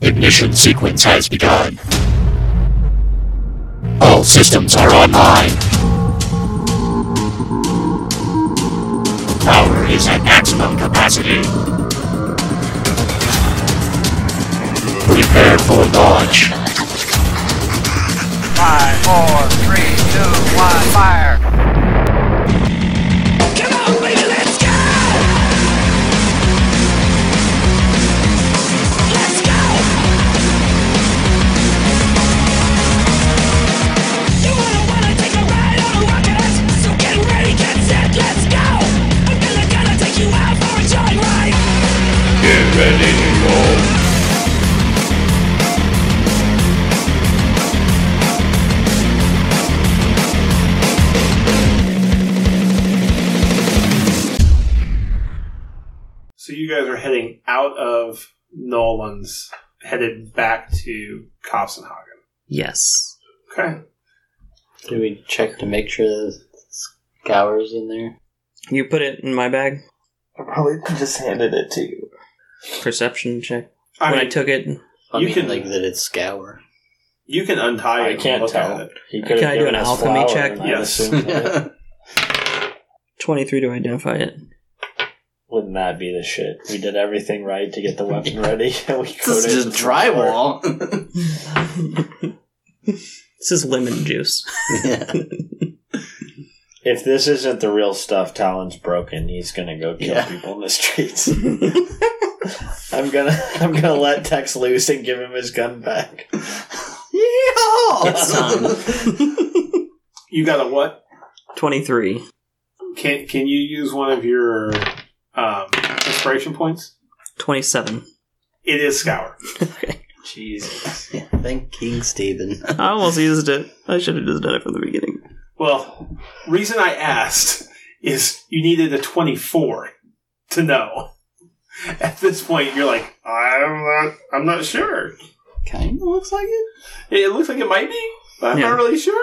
ignition sequence has begun. All systems are online. Power is at maximum capacity. Prepare for launch. Five, four, three, two, one, fire! Come on, baby, let's go! Let's go! You wanna wanna take a ride on a rocket? So get ready, get set, let's go! I'm gonna gonna take you out for a joyride. Get ready to roll. So you guys are heading out of Nolan's, headed back to Copenhagen. Yes. Okay. Do we check to make sure the scour's in there? You put it in my bag. I probably just handed Oh, it to you. Perception check. I when mean, I took it, I You mean, can- like that it's scour. you can untie it. I can't and look tell. At it. He Can could've I do given an us alchemy flour check? and I'd Yes. assume that- twenty-three to identify it. Wouldn't that be the shit? We did everything right to get the weapon ready, and we This coated is it with drywall. This is lemon juice. yeah. If this isn't the real stuff, Talon's broken. He's gonna go kill Yeah. people in the streets. I'm gonna I'm gonna let Tex loose and give him his gun back. You got a what? Twenty-three. Can Can you use one of your um, inspiration points? Twenty-seven. It is scour. Jesus. Yeah, Thank King Stephen. I almost used it. I should have just done it from the beginning. Well, reason I asked is you needed a twenty-four to know. At this point, you're like, I'm not. I'm not sure. Kind of looks like it. It looks like it might be, but I'm Yeah. not really sure.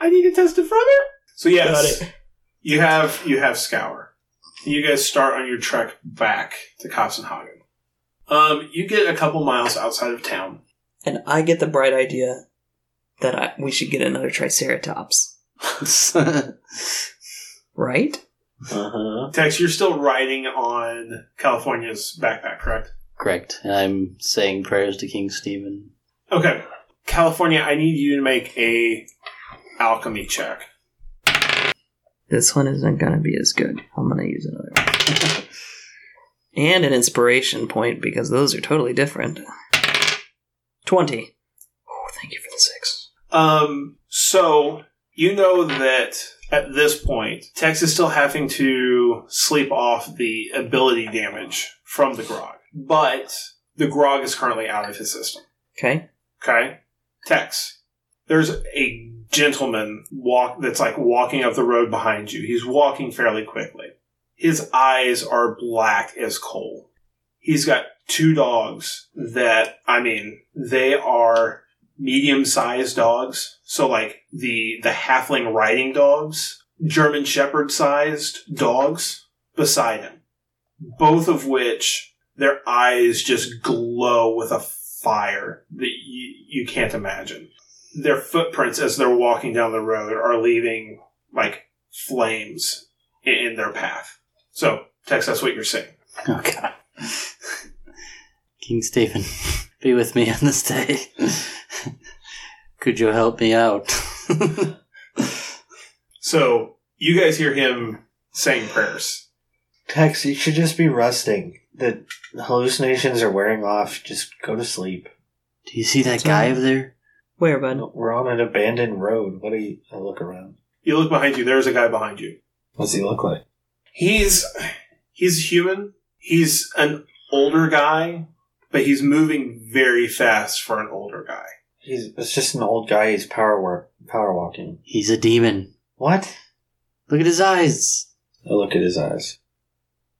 I need to test it further. So yes, you have you have Scour. You guys start on your trek back to Kopsenhagen. Um, you get a couple miles outside of town. And I get the bright idea that I, we should get another Triceratops, right? Uh huh. Tex, you're still riding on California's backpack, correct? Correct. And I'm saying prayers to King Stephen. Okay, California. I need you to make a alchemy check. This one isn't gonna be as good. I'm gonna use another one. and an inspiration point because those are totally different. Twenty. Oh, thank you for the six. Um, so you know that at this point, Tex is still having to sleep off the ability damage from the grog, but the grog is currently out of his system. Okay. Okay, Tex, there's a gentleman walk that's like walking up the road behind you. He's walking fairly quickly. His eyes are black as coal. He's got two dogs that I mean, they are medium-sized dogs. So like the the halfling riding dogs, German shepherd-sized dogs beside him. Both of which their eyes just glow with a fire that you, you can't imagine. Their footprints as they're walking down the road are leaving like flames i- in their path. So, Tex, that's what you're saying. Oh God. King Stephen, be with me on this day. Could you help me out? So you guys hear him saying prayers. Tex, you should just be resting. The hallucinations are wearing off. Just go to sleep. Do you see that guy over there? Where, bud? We're on an abandoned road. What do you? I look around. You look behind you. There's a guy behind you. What's he look like? He's he's human. He's an older guy, but he's moving very fast for an older guy. He's it's just an old guy. He's power work, power walking. He's a demon. What? Look at his eyes. I look at his eyes.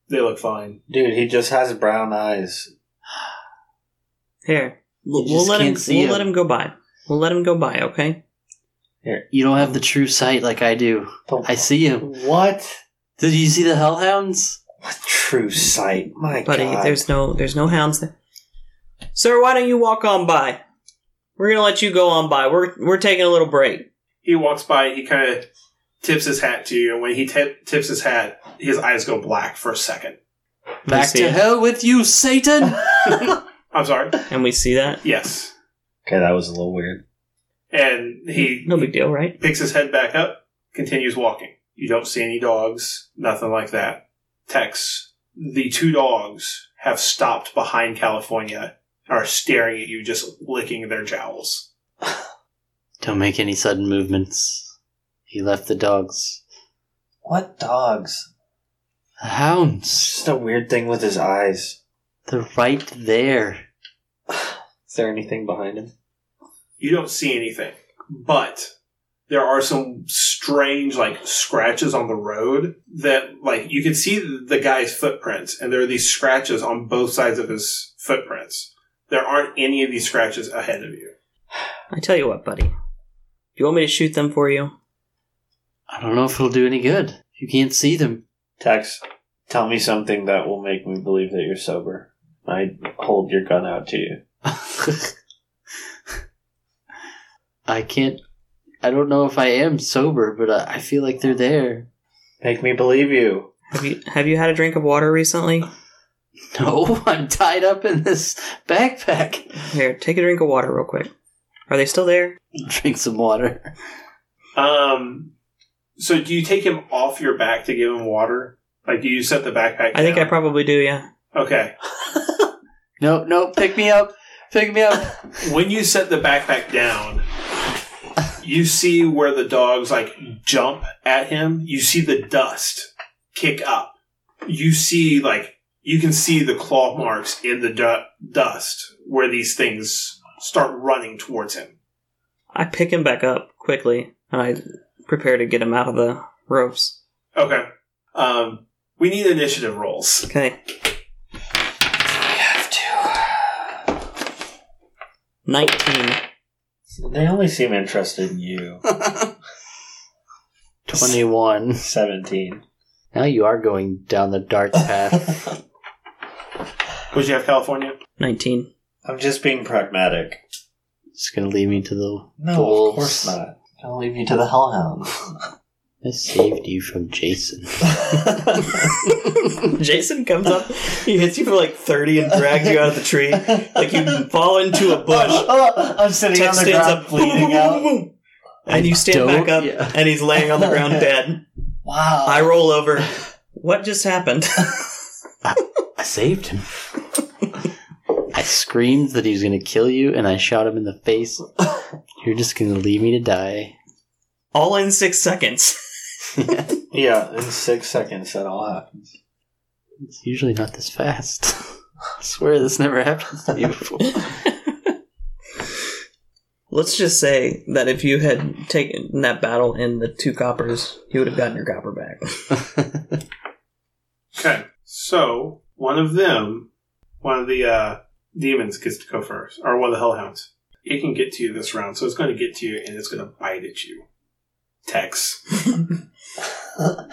They look fine. Dude, he just has brown eyes. Here, we'll, just we'll let him. can't see We'll him. let him go by. We'll let him go by. Okay. You don't have the true sight like I do. The- I see him. what? Did you see the hellhounds? What true sight? My Buddy, God. there's no, there's no hounds there. Sir, why don't you walk on by? We're gonna let you go on by. We're we're taking a little break. He walks by, he kind of tips his hat to you, and when he ti- tips his hat, his eyes go black for a second. We Back see to it. hell with you, Satan! I'm sorry. And we see that. Yes. Okay, that was a little weird. And he No big deal, right? picks his head back up, continues walking. You don't see any dogs, nothing like that. Tex, the two dogs have stopped behind California, are staring at you, just licking their jowls. Don't make any sudden movements. He left the dogs. What dogs? The hounds. Just a weird thing with his eyes. They're right there. Is there anything behind him? You don't see anything, but there are some strange, like, scratches on the road that, like, you can see the guy's footprints, and there are these scratches on both sides of his footprints. There aren't any of these scratches ahead of you. I tell you what, buddy. You want me to shoot them for you? I don't know if it'll do any good. You can't see them. Tex, tell me something that will make me believe that you're sober. I hold your gun out to you. I can't. I don't know if I am sober, but I, I feel like they're there. Make me believe you. Have you have you had a drink of water recently? No, I'm tied up in this backpack. Here, take a drink of water real quick. Are they still there? Drink some water. Um, so do you take him off your back to give him water? Like, do you set the backpack? I think I down? probably do, yeah. Okay. No, no, pick me up. Pick me up. When you set the backpack down, you see where the dogs like jump at him. You see the dust kick up. You see like you can see the claw marks in the du- dust where these things start running towards him. I pick him back up quickly and I prepare to get him out of the ropes. Okay. Um, we need initiative rolls. Okay. Nineteen. They only seem interested in you. 21. 17. Now you are going down the dark path. Would you have California? Nineteen. I'm just being pragmatic. it's going to lead me to the No, wolves. of course not. I'll leave you to the hellhound. I saved you from Jason. Jason comes up, he hits you for like thirty and drags you out of the tree. Like you fall into a bush. Oh, I'm sitting Tex on the stands ground up, bleeding out. and you stand don't- back up, yeah. and he's laying on the ground dead. Wow. I roll over. What just happened? I saved him. I screamed that he was going to kill you, and I shot him in the face. You're just going to leave me to die. All in six seconds. yeah, in six seconds that all happens. It's usually not this fast. I swear this never happened to me before. Let's just say that if you had taken that battle in the two coppers, you would have gotten your copper back. Okay. So one of them, one of the uh, demons gets to go first, or one of the hellhounds. It can get to you this round, so it's going to get to you and it's going to bite at you. Tex.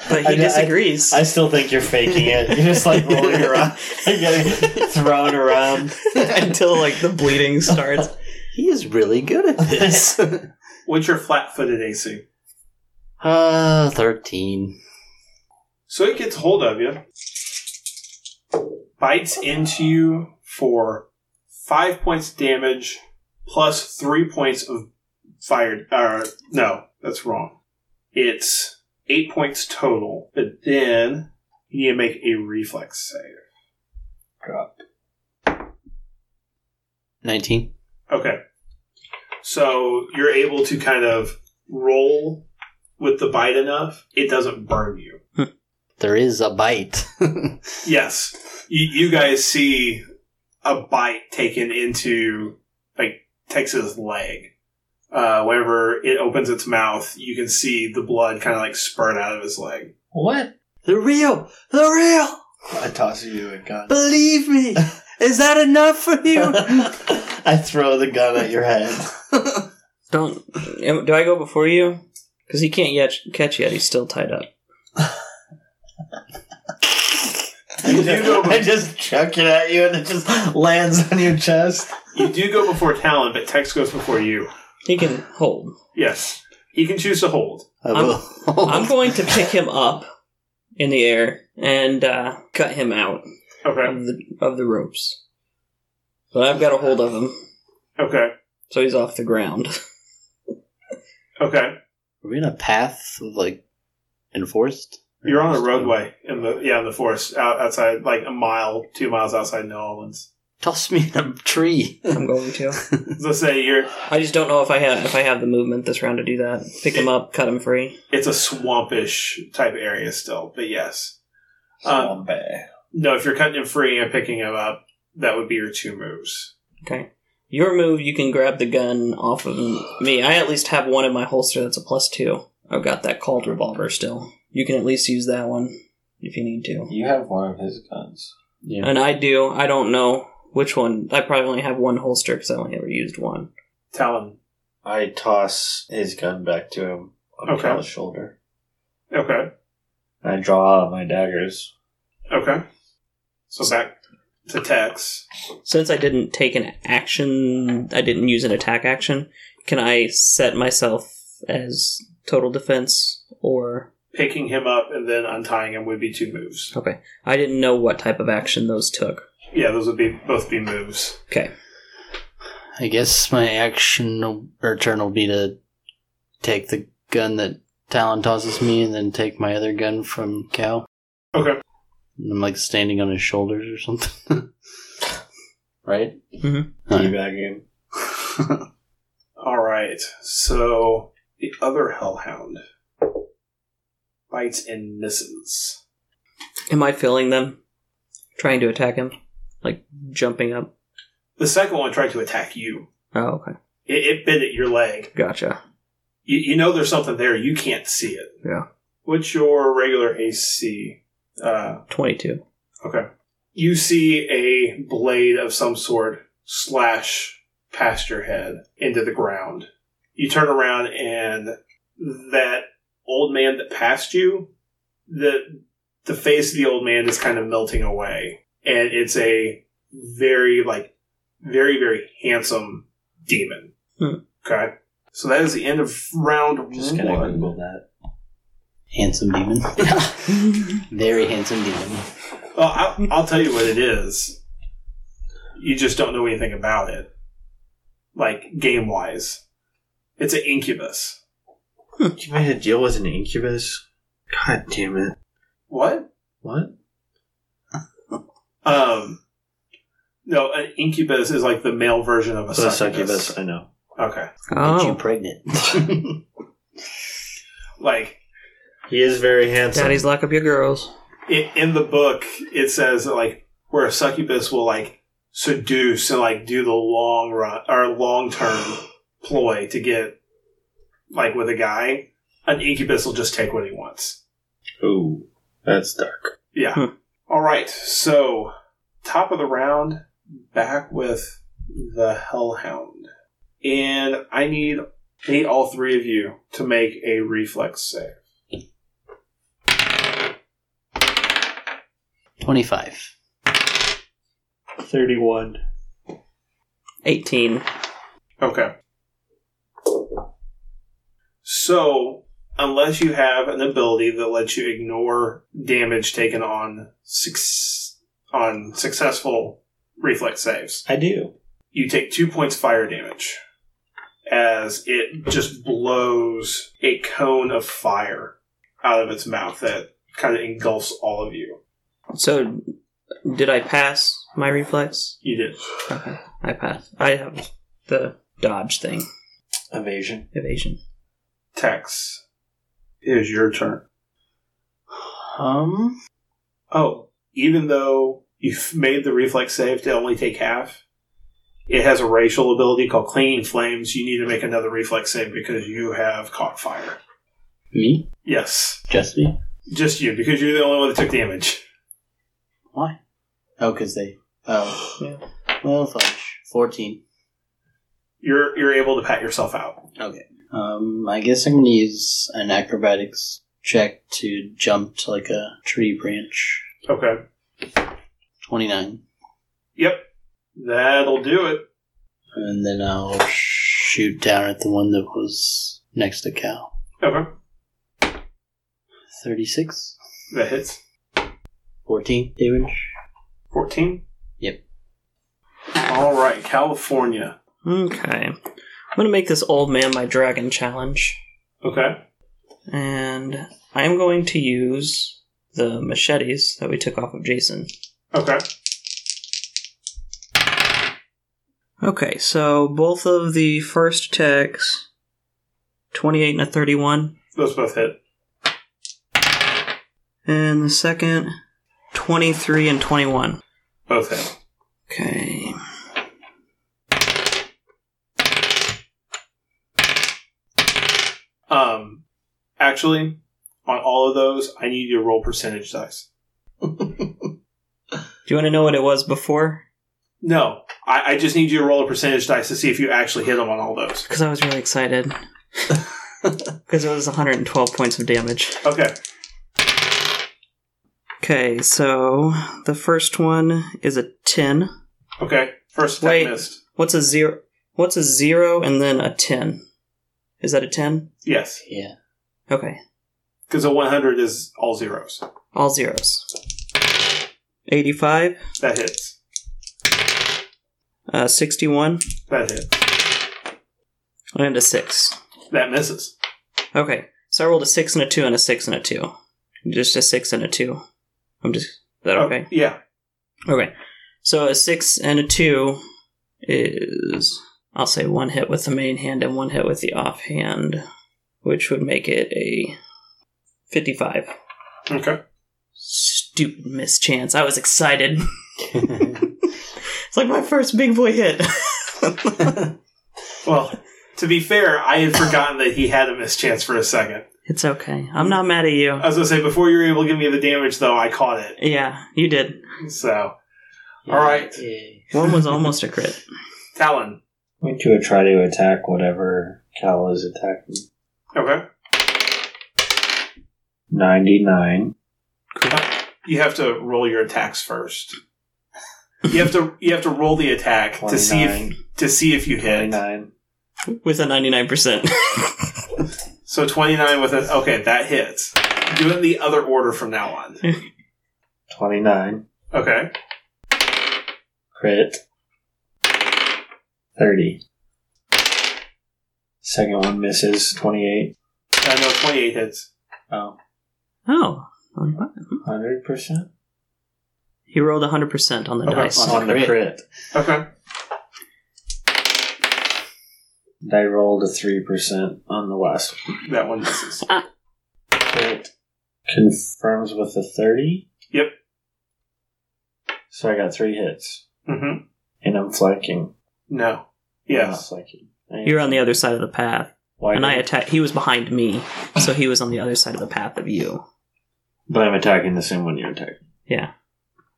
But he I- I- disagrees. I still think you're faking it. You're just like rolling around, getting thrown around. until like the bleeding starts. he is really good at this. What's your flat footed AC? Uh, 13. So it gets hold of you, bites into you for five points of damage plus three points of fire. Uh, no, that's wrong. It's eight points total, but then you need to make a reflex save. 19. Okay. So you're able to kind of roll with the bite enough, it doesn't burn you. There is a bite. Yes. You, you guys see a bite taken into, like, Tex's leg. Uh, whenever it opens its mouth, you can see the blood kind of like spurt out of his leg. What? They're real! They're real! I toss you a gun. Believe me! Is that enough for you? I throw the gun at your head. Don't. am- Do I go before you? Because he can't yet catch yet. He's still tied up. You do go I just chuck it at you and it just lands on your chest. You do go before Talon, but Tex goes before you. He can hold. Yes. He can choose to hold. I will- I'm going to pick him up in the air and uh, cut him out Okay. of the of the ropes. But I've got a hold of him, Okay. so he's off the ground. Okay. Are we in a path of, like enforced? You're on a roadway in the yeah, in the forest out, outside like a mile, two miles outside New Orleans. Toss me in a tree. I'm going to. So say you're I just don't know if I have if I have the movement this round to do that. Pick him up, cut him free. it's a swampish type area still, but yes. Um, Zombie. no, if you're cutting him free and picking him up, that would be your two moves. Okay. Your move, you can grab the gun off of me. I at least have one in my holster that's a plus two. I've got that called revolver still. You can at least use that one if you need to. You have one of his guns. Yeah. And I do. I don't know which one. I probably only have one holster because I only ever used one. Talon. I toss his gun back to him on Okay. Cal's shoulder. Okay. I draw out my daggers. Okay. So back to Tex. Since I didn't take an action, I didn't use an attack action. Can I set myself as total defense or Picking him up and then untying him would be two moves. okay? I didn't know what type of action those took. Yeah, those would be both be moves. Okay, I guess my action will- or turn will be to take the gun that Talon tosses me, and then take my other gun from Cal. Okay. And I'm like standing on his shoulders or something. right? Alright. Teabag him. All right. So the other hellhound bites and misses. am I feeling them? Trying to attack him, like jumping up. The second one tried to attack you. Oh, okay, It, it bit at your leg. gotcha. You, you know there's something there. You can't see it. Yeah. What's your regular AC? Uh, Twenty-two. Okay. You see a blade of some sort slash past your head into the ground. You turn around and that old man that passed you, the the face of the old man is kind of melting away. And it's a very like very, very handsome demon. Hmm. Okay. So that is the end of round Just one. gonna Google that. Handsome demon. Very handsome demon. Well, I'll, I'll tell you what it is. You just don't know anything about it. Like, game wise. It's an incubus. You made a deal with an incubus? God damn it. What? What? Um, no, an incubus is like the male version of a So succubus. succubus, I know. Okay. Get Oh, you pregnant. Like, He is very handsome. daddy's lock up your girls. in, in the book, it says that, like where a succubus will like seduce and like do the long run or long term ploy to get like with a guy. An incubus will just take what he wants. Ooh, that's dark. Yeah. Hmm. All right. So top of the round, back with the hellhound, and I need need all three of you to make a reflex save. 25. 31. Eighteen. Okay. So, unless you have an ability that lets you ignore damage taken on six on successful reflex saves, I do. you take two points fire damage as it just blows a cone of fire out of its mouth that kind of engulfs all of you. So, did I pass my reflex? You did. Okay, I pass. I have the dodge thing, Evasion. evasion. Tex, it is your turn. Um, Oh, even though you've made the reflex save to only take half, it has a racial ability called Clinging Flames. You need to make another reflex save because you have caught fire. me? Yes, Just me? just you, because you're the only one that took damage. Why? Oh, because they. Oh. Yeah. Well, fudge. 14. You're you're able to pat yourself out. Okay. Um, I guess I'm going to use an acrobatics check to jump to like a tree branch. Okay. 29. Yep. That'll do it. And then I'll shoot down at the one that was next to Cal. Okay. 36. That hits. 14 damage. 14? Yep. All right, California. Okay. I'm going to make this old man my dragon challenge. Okay. And I'm going to use the machetes that we took off of Jason. Okay. Okay, so both of the first attacks 28 and a 31. Those both hit. And the second 23 and 21. Both hit. Okay. Um, actually, on all of those, I need you to roll percentage dice. Do you want to know what it was before? No, I, I just need you to roll a percentage dice to see if you actually hit them on all those. Because I was really excited. Because it was 112 points of damage. Okay. Okay, so the first one is a 10. Okay. First attack Wait. missed. What's a zero? What's a zero and then a 10? Is that a 10? Yes, Yeah. Okay, because a 100 is all zeros. all zeros. 85, That hits. uh, 61, That hits. and a 6. That misses. Okay, so I rolled a 6 and a 2 and a 6 and a 2. Just a 6 and a 2. I'm just. Is that okay? Oh, yeah. Okay. So a six and a two is, I'll say, one hit with the main hand and one hit with the offhand, which would make it a 55. Okay. Stupid mischance. I was excited. It's like my first big boy hit. Well, to be fair, I had forgotten that he had a mischance for a second. it's okay. I'm not mad at you. I was going to say, before you were able to give me the damage, though, I caught it. Yeah, you did. So, all right. Yay. One was almost a crit. Talon. I'm going to try to attack whatever Cal is attacking. Okay. 99. You have to roll your attacks first. You have to you have to roll the attack to see if 29. to see if you hit. 99. With a 99%. So 29 with a. Okay, that hits. Do it in the other order from now on. 29. Okay. Crit. 30. Second one misses. 28. Uh, no, 28 hits. Oh, oh. 100%? He rolled 100% on the Okay, dice. on On the Crit. crit. Okay. I rolled a 3% on the last one. That one misses. Crit. Confirms with a 30. Yep. So I got three hits. Mm-hmm. And I'm flanking. No. I'm not Yes. flanking. You're on the other side of the path. Why and I did- attacked. He was behind me, so he was on the other side of the path of you. But I'm attacking the same one you're attacking. Yeah,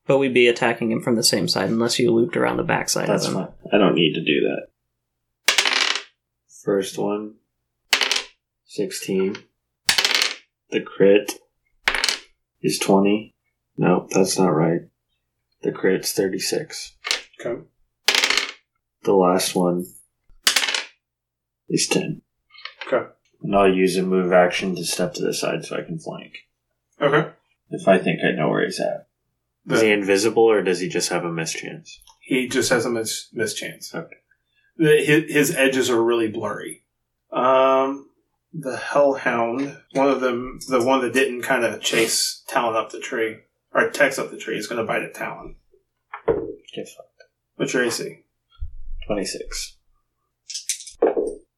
but we'd be attacking him from the same side unless you looped around the backside That's of him. fine. I don't need to do that. First one. 16. The crit is 20. Nope, that's not right. The crit's 36. Okay. The last one is 10. Okay. And I'll use a move action to step to the side so I can flank. Okay. If I think I know where he's at. Is he invisible or does he just have a mischance? He just has a mis- mischance. Okay. The, his, his edges are really blurry. Um, the Hellhound, one of them, the one that didn't kind of chase Talon up the tree, or Tex up the tree, is going to bite at Talon. Get fucked. What's your AC? 26.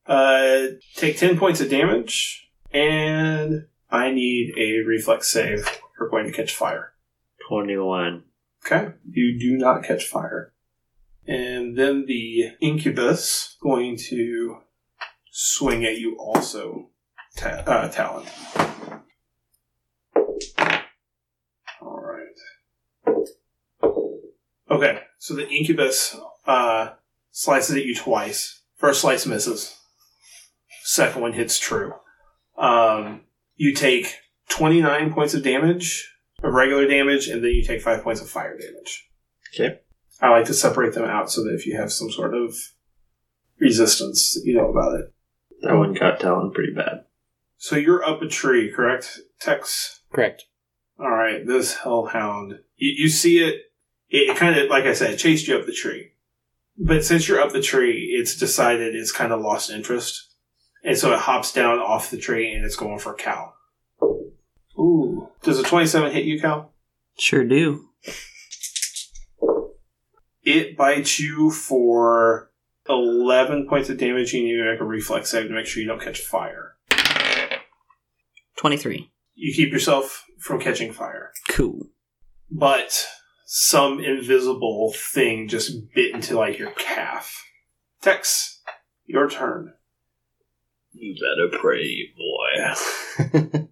Uh, take 10 points of damage, and I need a reflex save. You're going to catch fire. 21. Okay. You do not catch fire. And then the incubus going to swing at you also, ta- uh, Talon. All right. Okay, so the incubus uh, slices at you twice. First slice misses. Second one hits true. Um, you take 29 points of damage of regular damage, and then you take five points of fire damage. Okay. I like to separate them out so that if you have some sort of resistance, you know about it. That one got down pretty bad. So you're up a tree, correct, Tex? Correct. All right, this hellhound. You, you see it. It, kind of, like I said, chased you up the tree. But since you're up the tree, it's decided it's kind of lost interest, and so it hops down off the tree and it's going for Cal. Ooh, does a twenty-seven hit you, Cal? Sure do. It bites you for eleven points of damage. You need to make a reflex save to make sure you don't catch fire. 23. You keep yourself from catching fire. Cool. but some invisible thing just bit into like your calf. Tex, your turn. You better pray, boy.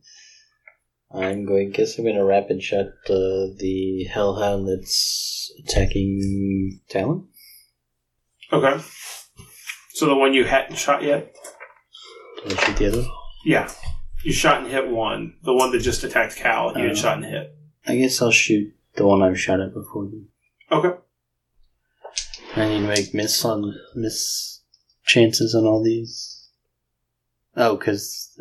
I'm going. Guess I'm going to rapid shot uh, the hellhound that's attacking Talon. Okay. So the one you hadn't shot yet? Did I shoot the other? one? Yeah. You shot and hit one. The one that just attacked Cal, you Oh. had shot and hit. I guess I'll shoot the one I've shot at before. Then. Okay. I need to make miss on miss chances on all these. Oh, because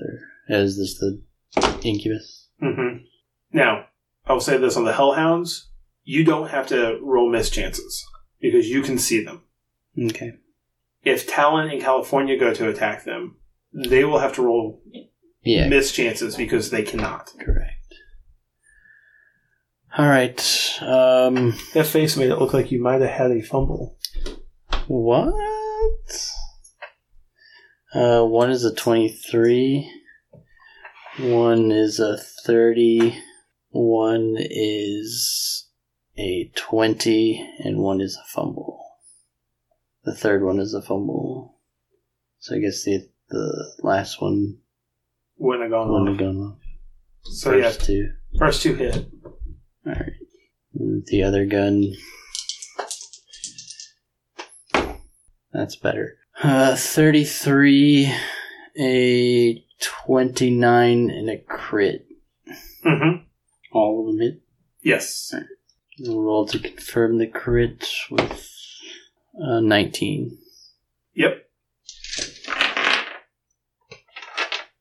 there is this the incubus. hmm Now, I will say this on the Hellhounds, you don't have to roll miss chances because you can see them. Okay. If Talon and California go to attack them, they will have to roll Yeah. miss chances because they cannot. Correct. All right. Um. That face made it look like you might have had a fumble. What? Uh, one is a 23, one is a 30, one is a 20, and one is a fumble. The third one is a fumble. So I guess the the last one Wouldn't have gone wouldn't on. have gone off. So yeah, First two. first two hit. Alright. The other gun. That's better. Uh, 33, a 29, and a crit. Mm-hmm. All of them hit. Yes. We'll roll to confirm the crit with uh, 19. Yep.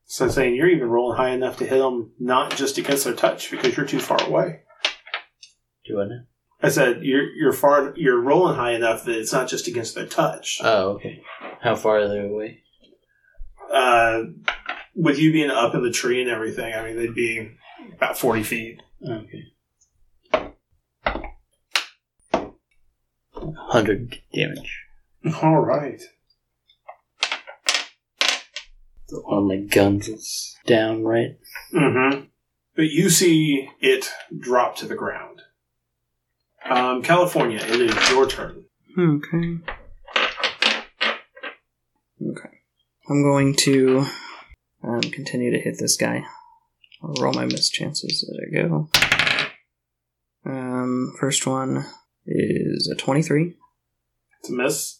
So I'm saying you're even rolling high enough to hit them, not just against their touch because you're too far away. Do I know? I said you're you're far you're rolling high enough that it's not just against their touch. Oh, okay. How far are they away? Uh, with you being up in the tree and everything, I mean they'd be about forty feet. Okay. 100 damage. All right. One of my guns is down, right? Mm-hmm. But you see it drop to the ground. Um, California, it is your turn. Okay. Okay. I'm going to um, continue to hit this guy. I'll roll my missed chances as I go. Um, first one is a 23. It's a miss.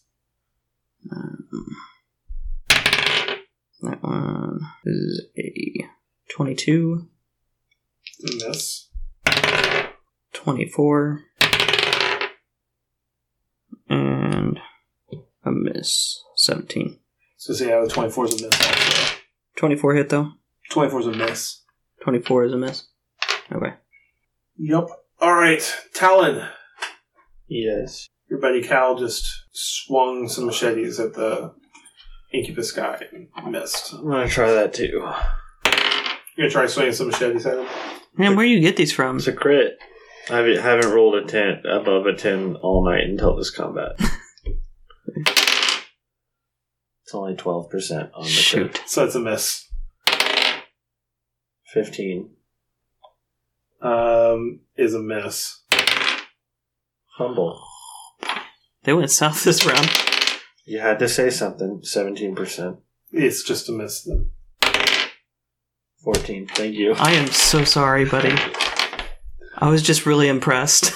Um, that one is a 22, It's a miss. 24, and a miss. 17. So see how the 24 is a miss also. 24 hit though. 24 is a miss. 24 is a miss. Okay. Yep. All right, Talon. Yes. Your buddy Cal just swung some machetes at the incubus guy and missed. I'm gonna try that too. You're gonna try swinging some machetes at him? Man, where you get these from? It's a crit. I haven't- haven't rolled a 10 above a 10 all night until this combat. it's only 12% on the crit. Shoot. So it's a miss. 15. Um, is a miss. Humble. They went south this round. You had to say something. 17%. It's just a miss then. 14. Thank you. I am so sorry, buddy. I was just really impressed.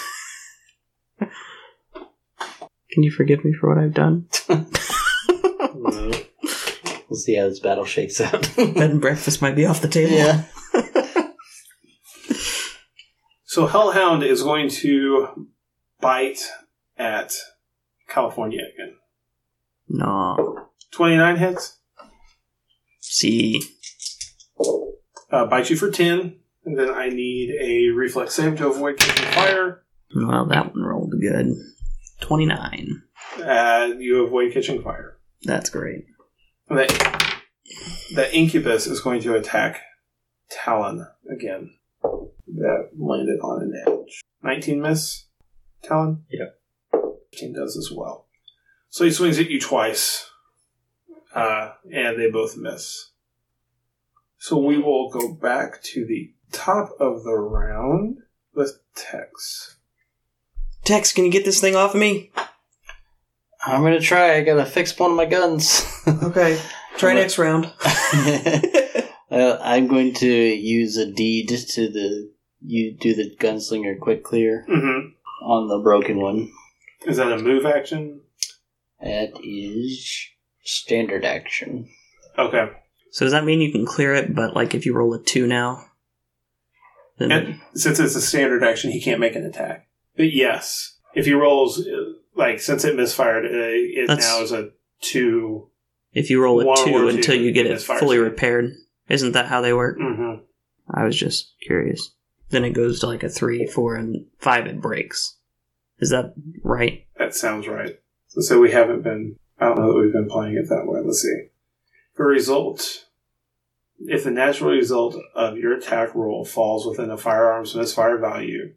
Can you forgive me for what I've done? We'll see how this battle shakes out. Bed and breakfast might be off the table. So So Hellhound is going to bite at California again. No. 29 hits. See. Uh, bite you for 10. And then I need a reflex save to avoid catching fire. Well, that one rolled good. 29. Uh, you avoid catching fire. That's great. And that, that incubus is going to attack Talon again. That landed on an edge. 19 miss, Talon? Yeah. 15 does as well. So he swings at you twice, uh, and they both miss. So we will go back to the top of the round with Tex. Tex, can you get this thing off of me? I'm gonna try. I gotta fix one of my guns. Okay. Try next round. uh, I'm going to use a deed to the you do the gunslinger quick clear Mm-hmm. on the broken one. Is that a move action? That is standard action. Okay. So does that mean you can clear it, but like if you roll a 2 now? Then And since it's a standard action, he can't make an attack. But yes, if he rolls, uh, like since it misfired, uh, it That's- now is a two. if you roll a One 2 or two, until you get it it misfires. fully repaired. Isn't that how they work? Mm-hmm. I was just curious. Then it goes to like a 3, 4, and 5 it breaks. Is that right? That sounds right. So, so we haven't been. I don't know that we've been playing it that way. Let's see. The result. If the natural result of your attack roll falls within a firearm's misfire value,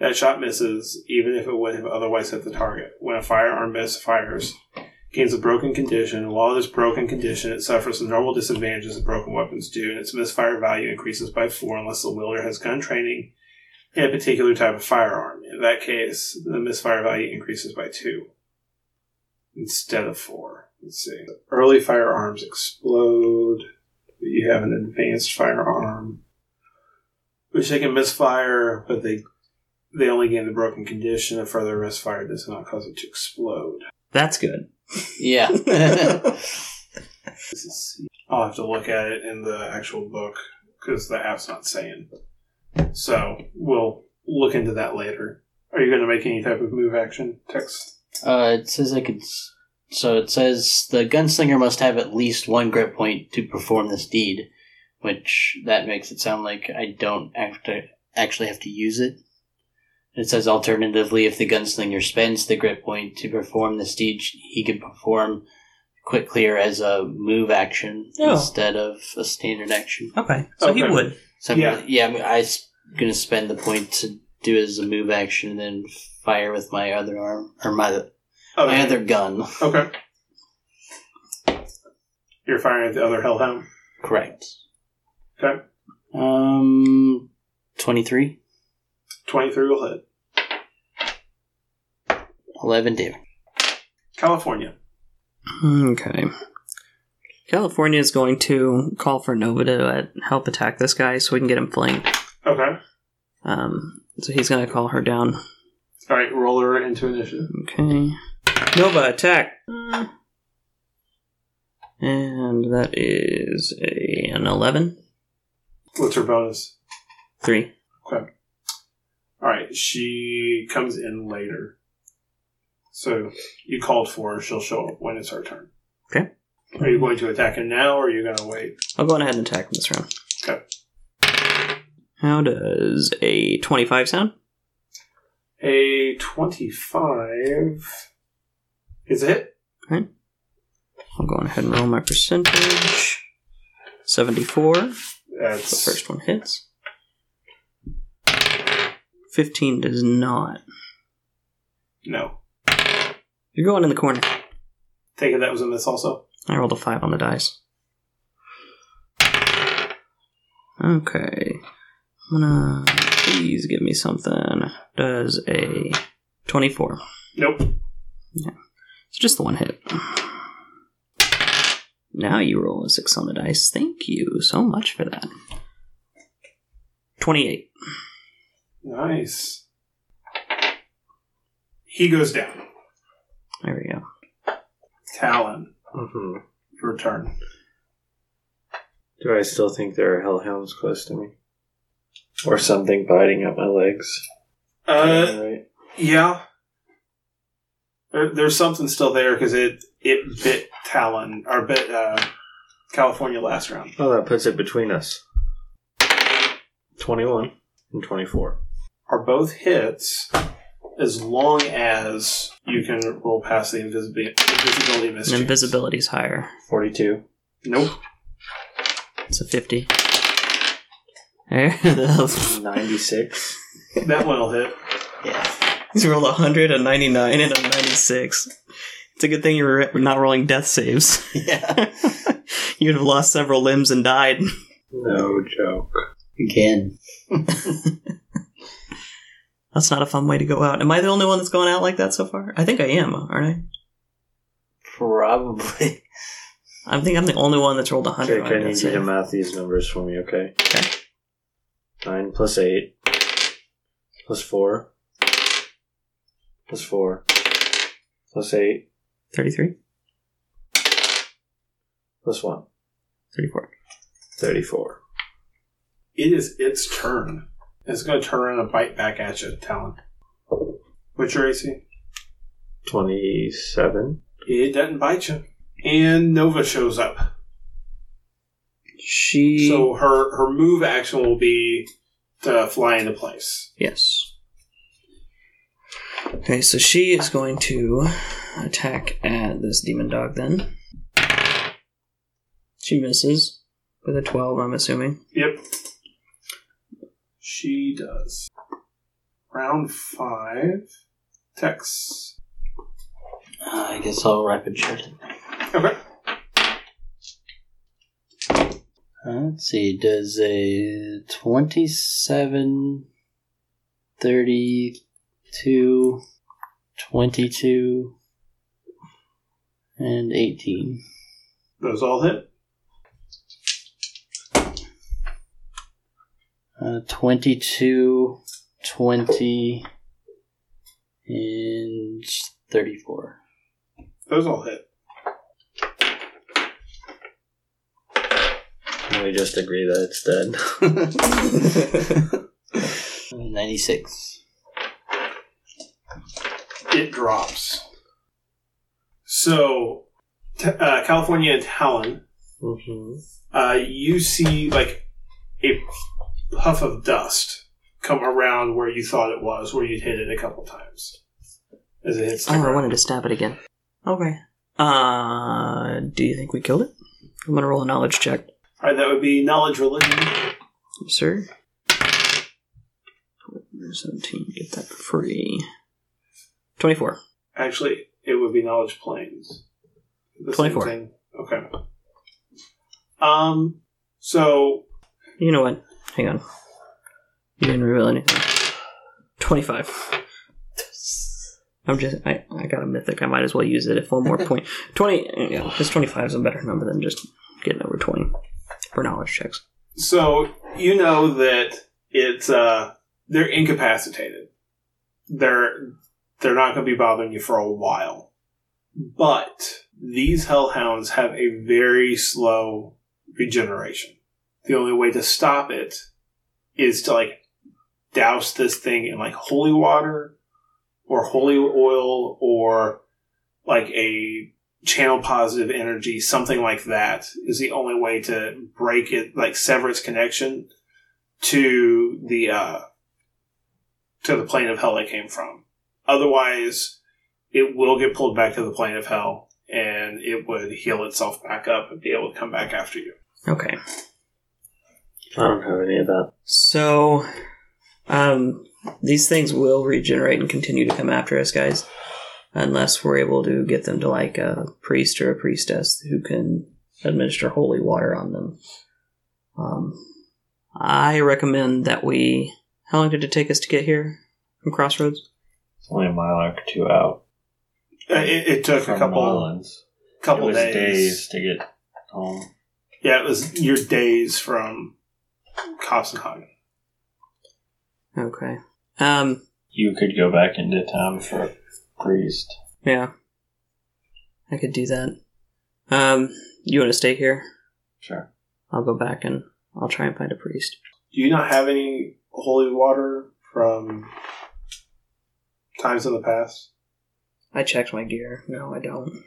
that shot misses, even if it would have otherwise hit the target. When a firearm misfires, gains a broken condition. While it is broken condition, it suffers the normal disadvantages that broken weapons do, and its misfire value increases by four unless the wielder has gun training in a particular type of firearm. In that case, the misfire value increases by two instead of four. Let's see. Early firearms explode. You have an advanced firearm, which they can misfire, but they they only gain the broken condition. A further misfire does not cause it to explode. That's good. Yeah. This is- I'll have to look at it in the actual book because the app's not saying. So we'll look into that later. Are you going to make any type of move action text? uh, it says I could. s- So it says the gunslinger must have at least one grip point to perform this deed, which that makes it sound like I don't have to actually have to use it. It says alternatively, if the gunslinger spends the grip point to perform this deed, he can perform quick clear as a move action Oh. instead of a standard action. Okay. So he Okay. would. So I'm Yeah. gonna- yeah, I'm, I s- gonna spend the point to do it as a move action, and then fire with my other arm or my Oh, my other gun. Okay. You're firing at the other hellhound. Correct. Okay. Um, twenty three. 23 will hit. 11 damage. California. Okay. California is going to call for Nova to uh, help attack this guy so we can get him flanked. Okay. Um, so he's going to call her down. All right, roll her into initiative. Okay. Nova, attack! And that is a, an 11. What's her bonus? 3. All right, she comes in later. So you called for her. She'll show up when it's her turn. Okay. Are you going to attack him now or are you going to wait? I'll go on ahead and attack him this round. Okay. How does a 25 sound? A 25 is a hit. I'll go on ahead and roll my percentage. 74. The That's first one hits. 15 does not. No. You're going in the corner. Take it that was a miss also. I rolled a 5 on the dice. Okay. I'm gonna. Please give me something. Does a 24. Nope. So just the one hit. Now you roll a 6 on the dice. Thank you so much for that. 28. Nice. He goes down. There we go. Talon, Mm-hmm. your turn. Do I still think there are hellhounds close to me? or something biting at my legs. Uh, Alright. yeah. There, there's something still there because it it bit Talon or bit uh, California last round. Oh, that puts it between us. 21 and 24. Are both hits as long as you can roll past the invisibility invisibility And mischief. invisibility's higher. 42. Nope. It's a 50. He's 96. That one will hit. rolled a 100, a 99, and a 96. It's a good thing you're not rolling death saves. Yeah. You'd have lost several limbs and died. No joke. Again. That's not a fun way to go out. Am I the only one that's gone out like that so far? I think I am, aren't Probably. I? I think I'm the only one that's rolled a 100. Jake, on a I death need you save. to math these numbers for me, okay? Okay. 9 plus 8. Plus 4. Plus 4. Plus 8. 33? Plus 1. 34. 34. It is its turn. It's going to turn and bite back at you, Talon. What's your AC? 27. It doesn't bite you. And Nova shows up. She. So her her move action will be to fly into place. Yes. Okay, so she is going to attack at this demon dog then. She misses with a 12, I'm assuming. Yep. She does. Round five. Tex. Uh, I guess I'll rapid shot it. Okay. Uh, Let's see, does a 27, 32, 22, and 18. Those all hit. Uh, 22, 20, and 34. Those all hit. Can we just agree that it's dead? Uh, 96. It drops. So, t- uh, California and Talon, Mm-hmm. uh, you see like a puff of dust come around where you thought it was, where you'd hit it a couple times. As it hits the Oh, I ground. wanted to stab it again. Okay. Uh, do you think we killed it? I'm gonna roll a knowledge check. All right, that would be knowledge religion. Sir? 17, get that for free. 24. Actually, it would be knowledge planes. The same 24. thing. Okay. Um. So You know what? Hang on. You didn't reveal anything. Twenty-five. I'm just I, I got a mythic. I might as well use it if one more point. Twenty. Yeah, because twenty-five is a better number than just getting over twenty for knowledge checks. So you know that it's uh they're incapacitated. They're they're not going to be bothering you for a while. But these hellhounds have a very slow regeneration. The only way to stop it is to like douse this thing in like holy water or holy oil or like a channel positive energy, something like that, is the only way to break it, like sever its connection to the uh, to the plane of hell it came from. Otherwise, it will get pulled back to the plane of hell, and it would heal itself back up and be able to come back after you. Okay. I don't have any of that. So, um, these things will regenerate and continue to come after us, guys, unless we're able to get them to like a priest or a priestess who can administer holy water on them. Um, I recommend that we. How long did it take us to get here from Crossroads? It's only a mile or two out. Uh, It, it took a from couple Mullins. It couple was days. days. to get home. Yeah, it was your days from Copenhagen. Okay. Um, You could go back into town for a priest. yeah, I could do that. Um, you want to stay here? Sure. I'll go back and I'll try and find a priest. Do you not have any holy water from times in the past? I checked my gear. No, I don't.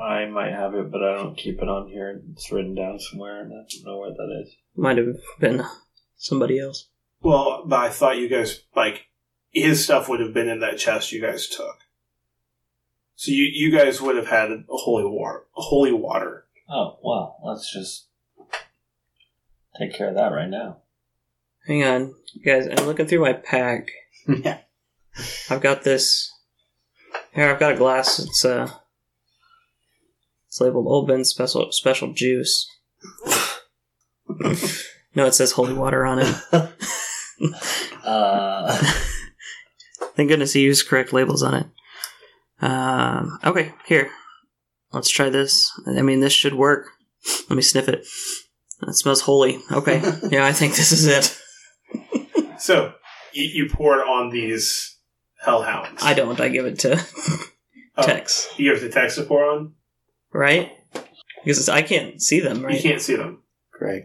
I might have it, but I don't keep it on here. It's written down somewhere, and I don't know where that is. Might have been somebody else. Well, but I thought you guys like his stuff would have been in that chest you guys took. So you you guys would have had a holy water, holy water. Oh well, let's just take care of that right now. Hang on, you guys. I'm looking through my pack. I've got this. Here, I've got a glass. It's uh, it's labeled Old Ben's special special juice. no, it says holy water on it. Uh, Thank goodness he used correct labels on it. Um, okay, here. Let's try this. I mean, this should work. Let me sniff it. It smells holy. Okay, yeah, I think this is it. So you, you pour it on these hellhounds. I don't. I give it to Oh, Tex, You have the text to pour on. right? Because it's, I can't see them, right? You can't see them. Greg,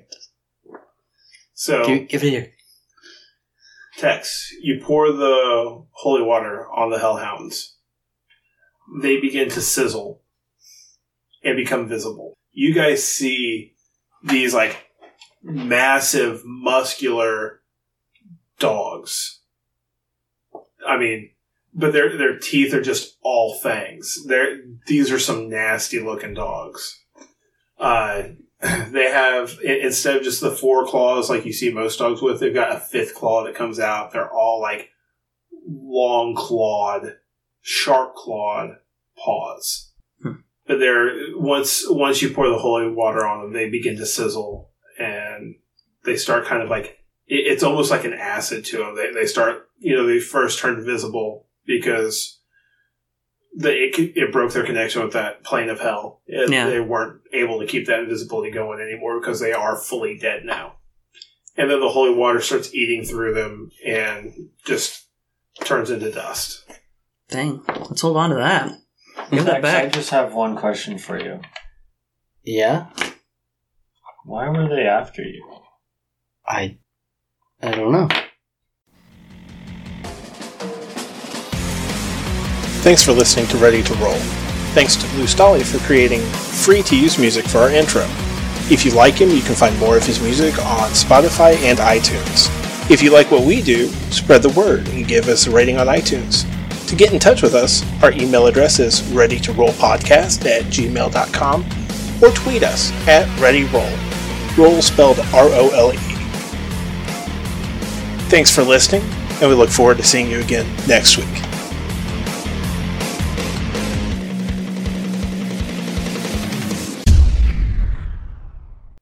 So give, give it here. Tex, you pour the holy water on the hellhounds. They begin to sizzle and become visible. You guys see these like massive, muscular dogs. I mean, but their their teeth are just all fangs. They're, these are some nasty looking dogs. Uh, they have i- instead of just the four claws like you see most dogs with, they've got a fifth claw that comes out. They're all like long clawed, sharp clawed paws. Hmm. But they're once once you pour the holy water on them, they begin to sizzle and they start kind of like it- it's almost like an acid to them. They they start you know they first turn visible because. The, it, c- it broke their connection with that plane of hell. It- Yeah. They weren't able to keep that invisibility going anymore because they are fully dead now. And then the holy water starts eating through them and just turns into dust. Dang, let's hold on to that. Give that Tex, I back. just have one question for you. Yeah, Why were they after you? I, I don't know. Thanks for listening to Ready to Roll. Thanks to Lou Stolly for creating free to use music for our intro. If you like him, you can find more of his music on Spotify and iTunes. If you like what we do, spread the word and give us a rating on iTunes. To get in touch with us, our email address is readytorollpodcast at gmail.com or tweet us at readyroll. Roll spelled R O L E. Thanks for listening, and we look forward to seeing you again next week.